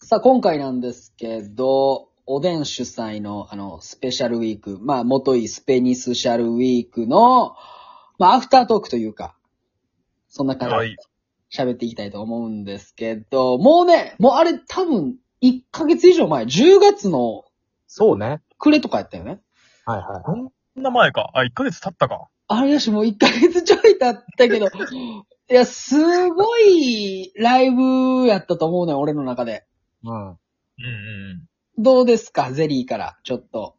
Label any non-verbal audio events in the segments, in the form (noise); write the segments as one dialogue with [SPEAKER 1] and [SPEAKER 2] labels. [SPEAKER 1] さあ、今回なんですけど、おでん主催の、あの、スペシャルウィーク、まあ、元いスペニスシャルウィークの、まあ、アフタートークというか、そんな感じ
[SPEAKER 2] はい
[SPEAKER 1] で。喋っていきたいと思うんですけど、もうね、もうあれ多分、1ヶ月以上前、10月の
[SPEAKER 3] そうね。
[SPEAKER 1] 暮れとかやったよね。
[SPEAKER 3] はいはい。
[SPEAKER 2] そんな前か。あ、1ヶ月経ったか。
[SPEAKER 1] あれやし、もう1ヶ月ちょい経った
[SPEAKER 2] (laughs)
[SPEAKER 1] けど、いや、すごいライブやったと思うね、俺の中で。
[SPEAKER 3] うん。
[SPEAKER 2] うんうんうん。
[SPEAKER 1] どうですかゼリーから、ちょっと。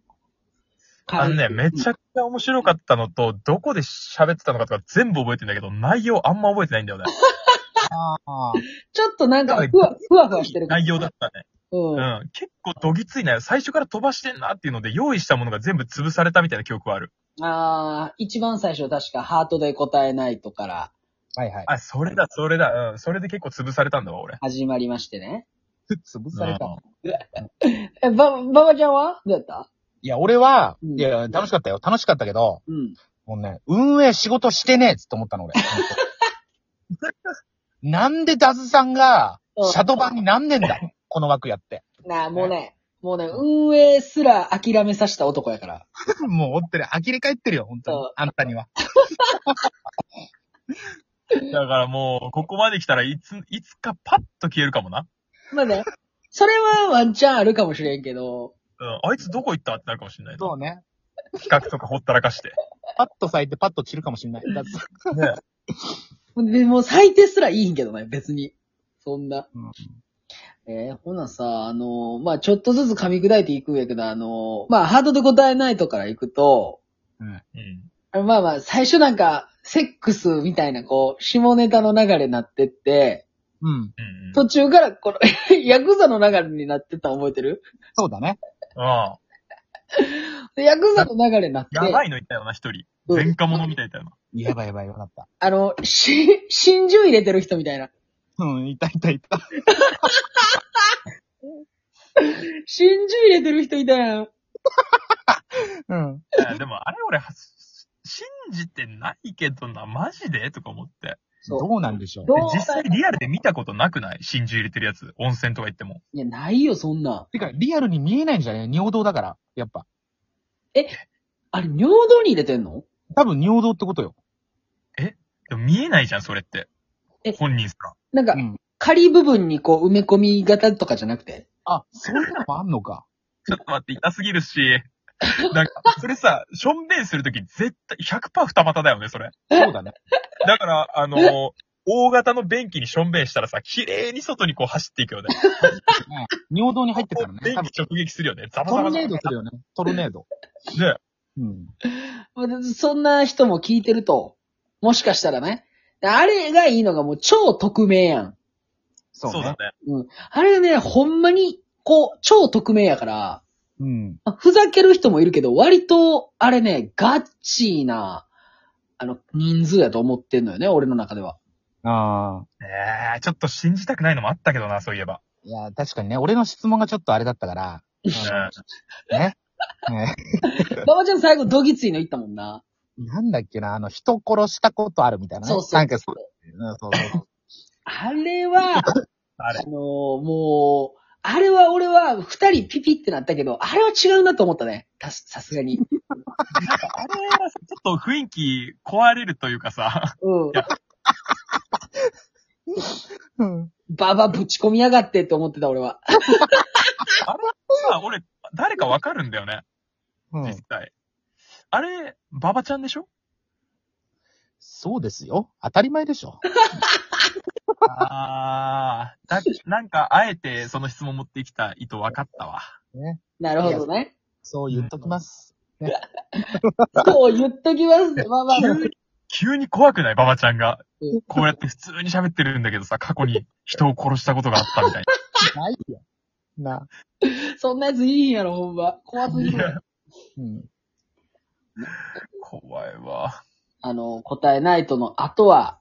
[SPEAKER 2] あのね、めちゃくちゃ面白かったのと、どこで喋ってたのかとか全部覚えてんだけど、内容あんま覚えてないん
[SPEAKER 3] (laughs)
[SPEAKER 2] だよね。
[SPEAKER 3] ああ。
[SPEAKER 1] ちょっとなんか、
[SPEAKER 2] はい
[SPEAKER 1] ふわ、ふわふわしてる。
[SPEAKER 2] 内容だったね。
[SPEAKER 1] うん。あ
[SPEAKER 2] うん。結構どぎついな。最初から飛ばしてんなっていうので、用意したものが全部潰されたみたいな記憶はある。
[SPEAKER 1] あー、一番最初確か、ハートで答えないとから
[SPEAKER 3] はいはい。
[SPEAKER 2] あ、それだ、それだ。うん。それで結構潰されたんだわ、俺。
[SPEAKER 1] 始まりましてね。
[SPEAKER 3] 潰された。
[SPEAKER 1] え、ば、ばばちゃんはどうやった
[SPEAKER 3] いや、俺は、
[SPEAKER 1] うん
[SPEAKER 3] いや、楽しかったよ。楽しかったけど、
[SPEAKER 1] うん。
[SPEAKER 3] もうね、運営仕事してねえっつって思ったの、 (laughs) 俺。ほんとなんでダズさんが、シャドバンになんねえんだ。この枠やって。
[SPEAKER 1] なあ、もうね、もうね、運営すら諦めさせた男やから。
[SPEAKER 3] もう、おってる。呆れ返ってるよ、本当
[SPEAKER 1] う
[SPEAKER 3] に
[SPEAKER 1] ん。
[SPEAKER 3] あんたには。
[SPEAKER 2] だからもう、ここまで来たらいつ、いつかパッと消えるかもな。
[SPEAKER 1] まあね、それはワンチャンあるかもしれんけど、
[SPEAKER 2] うん。あいつどこ行ったってなるかもしれないな。
[SPEAKER 3] そうね。
[SPEAKER 2] 企画とかほったらかして。
[SPEAKER 3] パッと咲いて、パッと散るかもしれない。ダズさん
[SPEAKER 2] ね。
[SPEAKER 1] でもう最低すらいいんけどね、別に。そんな。
[SPEAKER 3] うん
[SPEAKER 1] えーほなさ、あのーまあ、ちょっとずつ噛み砕いていくんやけど、あのーまあ、ハードで答えないとから行くと、
[SPEAKER 2] うん。
[SPEAKER 1] あのまあまあ、最初なんか、セックスみたいな、こう、下ネタの流れになってって、
[SPEAKER 3] うん。
[SPEAKER 2] うん。
[SPEAKER 1] 途中から、この、 (laughs) ヤクザの流れになってったの覚えてる
[SPEAKER 3] そうだね。
[SPEAKER 2] ああ。
[SPEAKER 1] でヤクザの流れになって、
[SPEAKER 2] やばいのいたよな、一人。
[SPEAKER 1] うん
[SPEAKER 2] 前科者みたいだよな。
[SPEAKER 3] やばいやばい、よかった。
[SPEAKER 1] あの、し、真珠入れてる人みたいな。
[SPEAKER 3] うん、いたいたいた。
[SPEAKER 1] 真珠入れてる人みたいな。
[SPEAKER 3] うん。
[SPEAKER 2] いやでも、あれ俺は、信じてないけどな、マジでとか思って。
[SPEAKER 1] そう
[SPEAKER 3] どうなんでしょう
[SPEAKER 1] ど。う
[SPEAKER 2] 実際リアルで見たことなくない真珠入れてるやつ。温泉とか行っても。
[SPEAKER 1] いや、ないよ、そんなん。
[SPEAKER 3] てか、リアルに見えないんじゃない尿道だから、やっぱ。
[SPEAKER 1] あれ、尿道に入れてんの
[SPEAKER 3] 多分尿道ってことよ。
[SPEAKER 2] でも見えないじゃん、それって
[SPEAKER 1] え。
[SPEAKER 2] 本人すら。
[SPEAKER 1] なんか、
[SPEAKER 3] うん。
[SPEAKER 1] 仮部分にこう埋め込み型とかじゃなくて。
[SPEAKER 3] あ、そういうのもあんのか。
[SPEAKER 2] ちょっと待って、痛すぎるし。なんか、それさ、しょんべんするとき絶対100%二股だよね、それ。
[SPEAKER 3] そうだね。
[SPEAKER 2] だから、あの、大型の便器にしょんべんしたらさ、綺麗に外にこう走っていくよね。
[SPEAKER 3] 尿道に入ってたらね。
[SPEAKER 2] 便
[SPEAKER 3] 多分
[SPEAKER 2] 器直撃するよね。ザバ
[SPEAKER 3] ト
[SPEAKER 2] ザ
[SPEAKER 3] ル
[SPEAKER 2] バザ
[SPEAKER 3] ネ
[SPEAKER 2] バ
[SPEAKER 3] ードするよね。トルネード。
[SPEAKER 2] ね。
[SPEAKER 3] うん。
[SPEAKER 1] そんな人も聞いてると、もしかしたらね。あれがいいのがもう超匿名やん。
[SPEAKER 3] そ
[SPEAKER 2] そう
[SPEAKER 3] うね。
[SPEAKER 2] だね。
[SPEAKER 1] あれがね、ほんまに、こう、超匿名やから、
[SPEAKER 3] うん。
[SPEAKER 1] まあふざける人もいるけど、割と、あれね、ガチな、あの、人数やと思ってんのよね、俺の中で (laughs) は。
[SPEAKER 3] ああ。
[SPEAKER 2] ええちょっと信じたくないのもあったけどな、そういえば。
[SPEAKER 3] いや、確かにね、俺の質問がちょっとあれだったから。
[SPEAKER 2] う
[SPEAKER 3] ね。 (laughs) ね
[SPEAKER 1] 馬場ちゃん最後、どぎついの言ったもんな。
[SPEAKER 3] なんだっけな、あの、人殺したことあるみたいなね。
[SPEAKER 1] そうそう
[SPEAKER 3] なんかそう。うんそうそう
[SPEAKER 1] あれは、
[SPEAKER 2] あれ
[SPEAKER 1] (laughs) あのーもう、あれは俺は二人ピピってなったけど、あれは違うなと思ったね。たすさすがに。
[SPEAKER 2] あれはちょっと雰囲気壊れるというかさ、
[SPEAKER 1] うん。
[SPEAKER 3] うん。
[SPEAKER 1] ババぶち込みやがってって思ってた俺は。
[SPEAKER 2] まあ俺、誰かわかるんだよね、
[SPEAKER 3] う
[SPEAKER 2] 実
[SPEAKER 3] ん。
[SPEAKER 2] 際。あれ、ババちゃんでしょ
[SPEAKER 3] そうですよ。当たり前でしょ。
[SPEAKER 2] ああ、だ、なんか、あえてその質問持ってきた意図分かったわ。
[SPEAKER 3] ね。
[SPEAKER 1] なるほどね。
[SPEAKER 3] そう言っときます。
[SPEAKER 1] そう言っときます。まあまあ。
[SPEAKER 2] 急に、急に怖くないババちゃんが
[SPEAKER 1] うん。
[SPEAKER 2] こうやって普通に喋ってるんだけどさ、過去に人を殺したことがあったみたい
[SPEAKER 3] ないよ。な。
[SPEAKER 1] そんなやついいんやろ、ほんま。怖すぎ
[SPEAKER 2] な。い
[SPEAKER 1] る。
[SPEAKER 2] や、
[SPEAKER 3] うん。
[SPEAKER 2] 怖いわ。
[SPEAKER 1] あの、答えないとの後は、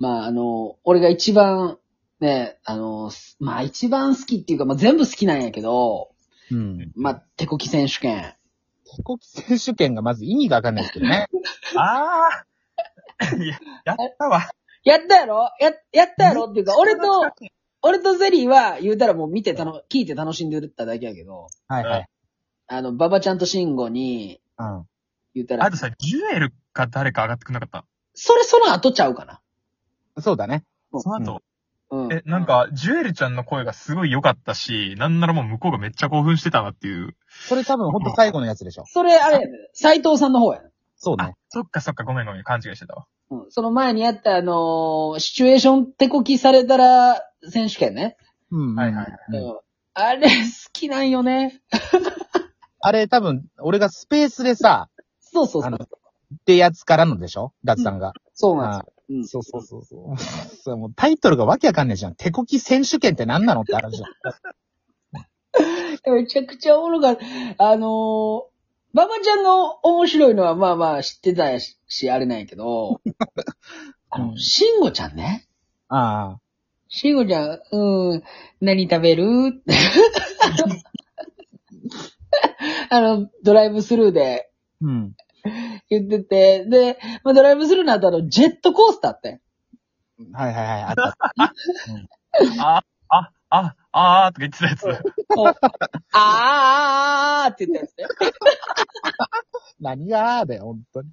[SPEAKER 1] まああの、俺が一番、ね、あの、すまあ一番好きっていうか、まあ全部好きなんやけど、
[SPEAKER 3] うん。
[SPEAKER 1] まあ、手こき選手権。
[SPEAKER 3] 手こき選手権がまず意味がわかんないですけど
[SPEAKER 2] (laughs)
[SPEAKER 3] ね。
[SPEAKER 2] ああ、いや、やったわ。
[SPEAKER 1] やったやろや、やったやろっていうか、俺と、俺とゼリーは言うたらもう見てたの、聞いて楽しんでるっただけやけど、
[SPEAKER 3] はいはい。
[SPEAKER 1] あの、ババちゃんとシンゴに
[SPEAKER 3] うん。
[SPEAKER 1] 言うた
[SPEAKER 2] あ
[SPEAKER 1] ら
[SPEAKER 2] と、さ、ジュエルか誰か上がってくんなかった。
[SPEAKER 1] それその後ちゃうかな。
[SPEAKER 3] そうだね。
[SPEAKER 2] その後、
[SPEAKER 1] うん。
[SPEAKER 2] え、なん、か、ジュエルちゃんの声がすごい良かったし、なんならもう向こうがめっちゃ興奮してたなっていう。
[SPEAKER 3] それ多分ほんと最後のやつでしょ。
[SPEAKER 1] それあれやね斎藤さんの方やね
[SPEAKER 3] そう
[SPEAKER 2] あ
[SPEAKER 3] ね。、
[SPEAKER 2] そっかそっか、ごめんごめん、勘違いしてたわ。
[SPEAKER 1] うん。その前にやったあのーシチュエーション手こきされたら選手権ね。
[SPEAKER 3] うん。
[SPEAKER 2] はいはい
[SPEAKER 3] うん
[SPEAKER 1] うん。あれ、好きなんよね。
[SPEAKER 3] あれ多分、俺がスペースでさ、
[SPEAKER 1] そうそうそ
[SPEAKER 3] あの
[SPEAKER 1] う。
[SPEAKER 3] ってやつからのでしょダツさんが。
[SPEAKER 1] そうなんですよ。
[SPEAKER 3] そうそうそうそう。そう (laughs) もうタイトルがわけわかんねえじゃん。手こき選手権って何なのって話じゃん。
[SPEAKER 1] うん。めちゃくちゃおもろかった。あのー、ババちゃんの面白いのはまあまあ知ってたし、あれなんやけど、あの、シンゴちゃんね。
[SPEAKER 3] あ
[SPEAKER 1] シンゴちゃん、うん、何食べる (laughs) あの、ドライブスルーで
[SPEAKER 3] あ。うん。
[SPEAKER 1] 言ってて、で、まあ、ドライブスルーの後あの、ジェットコースターって。
[SPEAKER 3] はいはいはい。あ
[SPEAKER 1] (laughs)
[SPEAKER 3] った。
[SPEAKER 2] あ、あ、あ、あーとか言ってたやつ。
[SPEAKER 1] こうあーあーあーって言ったやつね。
[SPEAKER 3] 何がーだよ、ほんとに。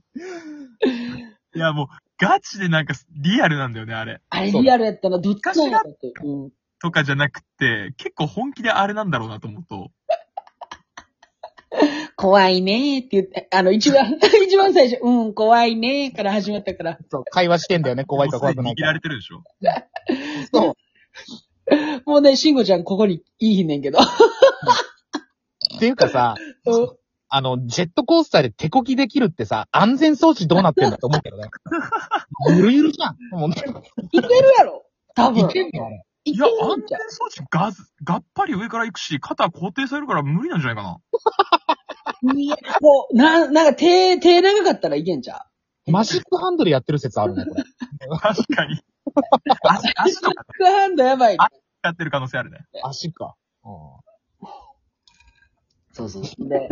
[SPEAKER 2] (laughs) いや、もう、ガチでなんか、リアルなんだよね、あれ。
[SPEAKER 1] あれリアルやったな、どっちなんやろって。うん。
[SPEAKER 2] とかじゃなくて、結構本気であれなんだろうなと思うと。
[SPEAKER 1] 怖いねーって言って、あの、一番、 (laughs) 一番最初、うん、怖いねーから始まったから、
[SPEAKER 3] そう、会話してんだよね。怖いか怖く
[SPEAKER 2] も
[SPEAKER 3] な
[SPEAKER 2] うす
[SPEAKER 3] い
[SPEAKER 2] でに握ら
[SPEAKER 3] か。
[SPEAKER 2] れてるでしょ。
[SPEAKER 3] そう。
[SPEAKER 1] もうね、シンゴちゃんここにいい日ねんけど。
[SPEAKER 3] っていうかさ、
[SPEAKER 1] うん
[SPEAKER 3] あの、ジェットコースターで手こきできるってさ、安全装置どうなってんだと思うけ
[SPEAKER 1] (laughs)
[SPEAKER 3] どね。ゆるゆるじゃん。もうね、
[SPEAKER 1] いけるやろ多分。
[SPEAKER 3] いけんの
[SPEAKER 1] い
[SPEAKER 2] い
[SPEAKER 1] け
[SPEAKER 2] や、安
[SPEAKER 1] るんち
[SPEAKER 2] 全
[SPEAKER 1] ゃう
[SPEAKER 2] 装置がず、がっぱり上から行くし、肩固定されるから無理なんじゃないかな。
[SPEAKER 1] いや、もう、な、なんか手、手長かったらいけんちゃ
[SPEAKER 3] マジックハンドルやってる説あるね、これ。
[SPEAKER 2] 確か (laughs) に。足、足と
[SPEAKER 1] うバ
[SPEAKER 2] か
[SPEAKER 1] ックハンドやばいね
[SPEAKER 2] あ。やってる可能性あるね。
[SPEAKER 3] 足か。うん
[SPEAKER 1] そうそうそう。で、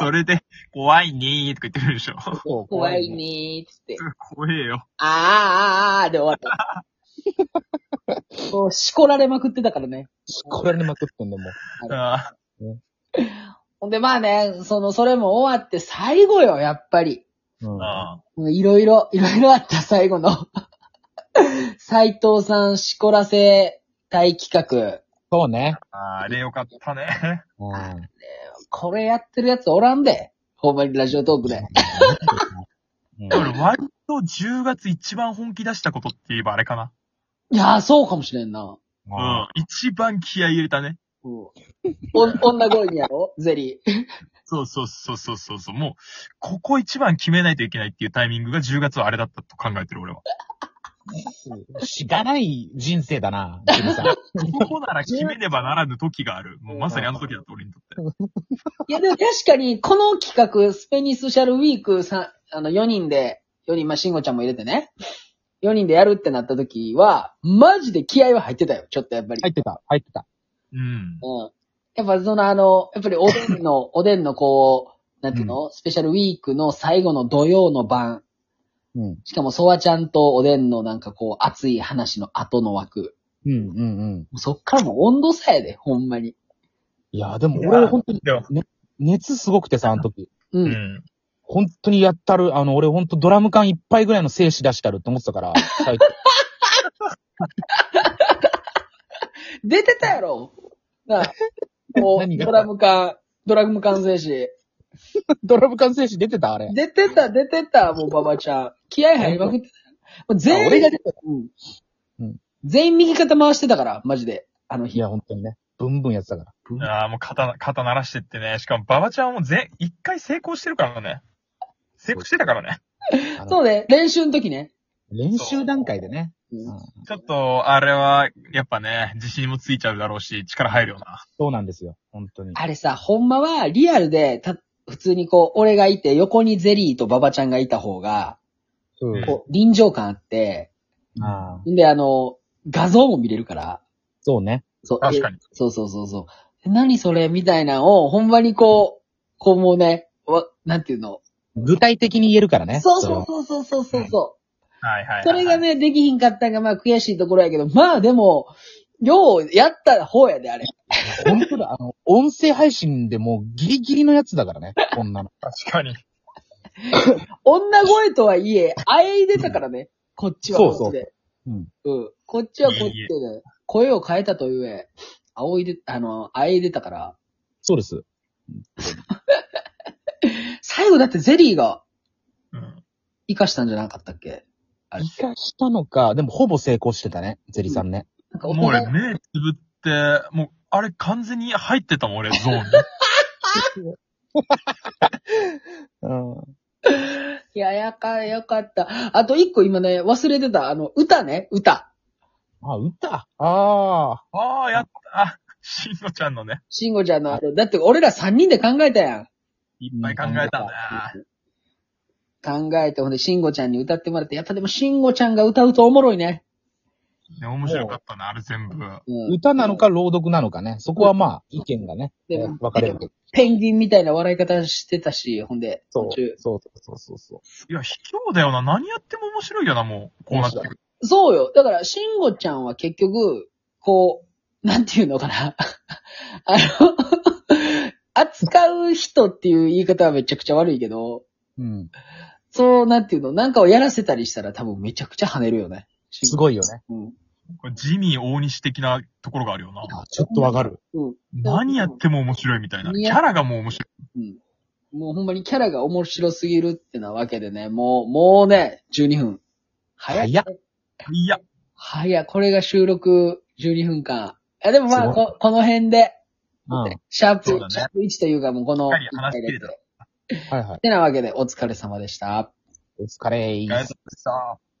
[SPEAKER 2] それで、怖いねーとか言ってるでしょ。
[SPEAKER 3] そう
[SPEAKER 1] 怖い。ねーっつって、
[SPEAKER 2] 怖えよ。
[SPEAKER 1] あーあーあーで終わ (laughs) った。もう、しこられまくってたからね。
[SPEAKER 3] これにまくってんだもう。
[SPEAKER 2] あ
[SPEAKER 1] ほんで、まあね、その、それも終わって最後よ、やっぱり。
[SPEAKER 3] うん
[SPEAKER 2] ーあ
[SPEAKER 1] もういろいろ、いろいろあった最後の。 (laughs) 斎藤さんしこらせたい企画。
[SPEAKER 3] そうね。
[SPEAKER 2] ー。あれよかったね。
[SPEAKER 3] うん
[SPEAKER 1] これやってるやつおらんで。ほんまにラジオトークで。
[SPEAKER 3] うん
[SPEAKER 2] でも俺割と10月一番本気出したことって言えばあれかな。
[SPEAKER 1] いやー、そうかもしれんな。
[SPEAKER 2] うん。一番気合い入れたね。
[SPEAKER 1] うん、お女声にやろゼリー。
[SPEAKER 2] そうそうそうそうそうそう。もう、ここ一番決めないといけないっていうタイミングが10月はあれだったと考えてる俺は。
[SPEAKER 3] しがない人生だな、ジムさん。
[SPEAKER 2] ここなら決めねばならぬ時がある。もうまさにあの時だった俺にとって。
[SPEAKER 1] いや、でも確かに、この企画、スペニスシャルウィークさ、あの、4人で、4人、まあ、シンゴちゃんも入れてね。4人でやるってなった時は、マジで気合は入ってたよ。ちょっとやっぱり。
[SPEAKER 3] 入ってた、入ってた。
[SPEAKER 2] うん。
[SPEAKER 1] うん。やっぱそのあの、やっぱりおでん
[SPEAKER 3] (laughs)
[SPEAKER 1] の、おでんのこう、なんていうの、スペシャルウィークの最後の土曜の晩。
[SPEAKER 3] うん。
[SPEAKER 1] しかも、ソワちゃんとおでんのなんかこう、熱い話の後の枠。
[SPEAKER 3] うん、うん、うん。
[SPEAKER 1] もうそっからもう温度差やで、ほんまに。
[SPEAKER 3] いや、でも俺、本当に
[SPEAKER 2] でも、
[SPEAKER 3] 熱すごくてさ、あの時。
[SPEAKER 1] う。
[SPEAKER 2] うんん。
[SPEAKER 3] 本当にやったる、あの、俺本当ドラム缶いっぱいぐらいの精子出したるって思ってたから、最初
[SPEAKER 1] 出てたやろなあ、もう、
[SPEAKER 3] 何が
[SPEAKER 1] ドラム缶、ドラム缶精子。
[SPEAKER 3] ドラム缶精子出てたあれ。
[SPEAKER 1] 出てた、出てた、もうババちゃん。気合入りまくってた。もう全
[SPEAKER 3] あ
[SPEAKER 1] 員、
[SPEAKER 3] 俺が出て
[SPEAKER 1] うん
[SPEAKER 3] うん
[SPEAKER 1] 全員右肩回してたから、マジで。あの
[SPEAKER 3] い
[SPEAKER 1] 日。
[SPEAKER 3] や、本当にね。ブンブンやってたから。
[SPEAKER 2] ああ、もう肩、肩鳴らしてってね。しかも、馬場ちゃんはもう全、一回成功してるからね。成功してたからね。
[SPEAKER 3] あの
[SPEAKER 1] そうね、練習の時ね。
[SPEAKER 3] 練習段階でね。
[SPEAKER 1] うん
[SPEAKER 3] うん
[SPEAKER 2] ちょっと、あれは、やっぱね、自信もついちゃうだろうし、力入るよな。
[SPEAKER 3] そうなんですよ。本当に。
[SPEAKER 1] あれさ、ほんまはリアルで、た、普通にこう、俺がいて、横にゼリーとババちゃんがいた方が、
[SPEAKER 3] うん
[SPEAKER 1] こう、臨場感あって、
[SPEAKER 3] ああ
[SPEAKER 1] んで、あの、画像も見れるから、
[SPEAKER 3] そうね。
[SPEAKER 1] そう、
[SPEAKER 2] 確か
[SPEAKER 1] え
[SPEAKER 2] に。
[SPEAKER 1] そうそうそうそう。え何それみたいなのを、ほんまにこう、こうもうね、わ、なんていうの
[SPEAKER 3] 具体的に言えるからね。
[SPEAKER 1] そうそうそうそうそうそうそう。
[SPEAKER 2] はいはいはいはい。
[SPEAKER 1] それがね、できひんかったんが、まあ悔しいところやけど、まあでも、ようやった方やで、あれ。
[SPEAKER 3] 本当だ、あの、音声配信でもうギリギリのやつだからね、こんなの。
[SPEAKER 2] 確かに。
[SPEAKER 1] 女声とはいえ、あえいでたからね。こっちはこっちで。
[SPEAKER 3] そうそう
[SPEAKER 1] うん。こっちはこっちで、声を変えたというえ、あおいで、あの、あえいでたから。
[SPEAKER 3] そうです。
[SPEAKER 1] 最後だってゼリーが
[SPEAKER 2] うん。
[SPEAKER 1] 活かしたんじゃなかったっけあれ。
[SPEAKER 3] 生かしたのか、でもほぼ成功してたね、ゼリさんね。
[SPEAKER 1] なんかお
[SPEAKER 2] もう
[SPEAKER 1] 互い
[SPEAKER 2] 俺、目つぶって、もう、あれ完全に入ってたもん、俺、ゾーンに。
[SPEAKER 3] うん。
[SPEAKER 1] いや、やか、よかった。あと一個今ね、忘れてた、あの、歌ね、歌。
[SPEAKER 3] あ、歌ああ。
[SPEAKER 2] ああ、やった。あ、しんごちゃんのね、
[SPEAKER 1] しんごちゃんのあれ、だって俺ら三人で考えたやん。
[SPEAKER 2] いっぱい考えたんだ。
[SPEAKER 1] 考えて、ほんで、しんごちゃんに歌ってもらって、やっぱでも、しんごちゃんが歌うとおもろいね。
[SPEAKER 2] ね、面白かったな、あれ全部。
[SPEAKER 1] うん、
[SPEAKER 3] 歌なのか朗読なのかね。そこはまあ、意見がね、
[SPEAKER 1] で
[SPEAKER 3] え
[SPEAKER 1] も
[SPEAKER 3] ー分かれるけど。
[SPEAKER 1] ペンギンみたいな笑い方してたし、ほんで、
[SPEAKER 3] そう
[SPEAKER 1] 途中。
[SPEAKER 3] そうそうそうそう。
[SPEAKER 2] いや、卑怯だよな。何やっても面白いよな、もう。こうなってくる。
[SPEAKER 1] そうよ。だから、しんごちゃんは結局、こう、なんていうのかな。 (laughs) あの、扱う人っていう言い方はめちゃくちゃ悪いけど、
[SPEAKER 3] うん。
[SPEAKER 1] そう、なんていうの、なんかをやらせたりしたら多分めちゃくちゃ跳ねるよね。
[SPEAKER 3] すごいよね。
[SPEAKER 1] うん。
[SPEAKER 2] これジミー大西的なところがあるよな。
[SPEAKER 3] あちょっとわかる。
[SPEAKER 1] うん。
[SPEAKER 2] 何やっても面白いみたいな。
[SPEAKER 1] い
[SPEAKER 2] キ
[SPEAKER 1] や
[SPEAKER 2] ャラがもう面白い。
[SPEAKER 1] うん。もうほんまにキャラが面白すぎるってなわけでね、もう、もうね、12分。早い。
[SPEAKER 3] 早っ
[SPEAKER 2] いや、
[SPEAKER 1] 早い。これが収録12分間。あでもまあ
[SPEAKER 3] すご
[SPEAKER 1] こ、この辺で、
[SPEAKER 3] うん。はい
[SPEAKER 1] シャープ、
[SPEAKER 2] そうだね
[SPEAKER 1] シャープ1というかもうこの
[SPEAKER 2] しっかり話し切れた
[SPEAKER 1] っ
[SPEAKER 3] はい。
[SPEAKER 1] てなわけで、お疲れ様でした。
[SPEAKER 3] お疲れ
[SPEAKER 2] あり
[SPEAKER 3] ー
[SPEAKER 2] が
[SPEAKER 3] す
[SPEAKER 2] とうございました。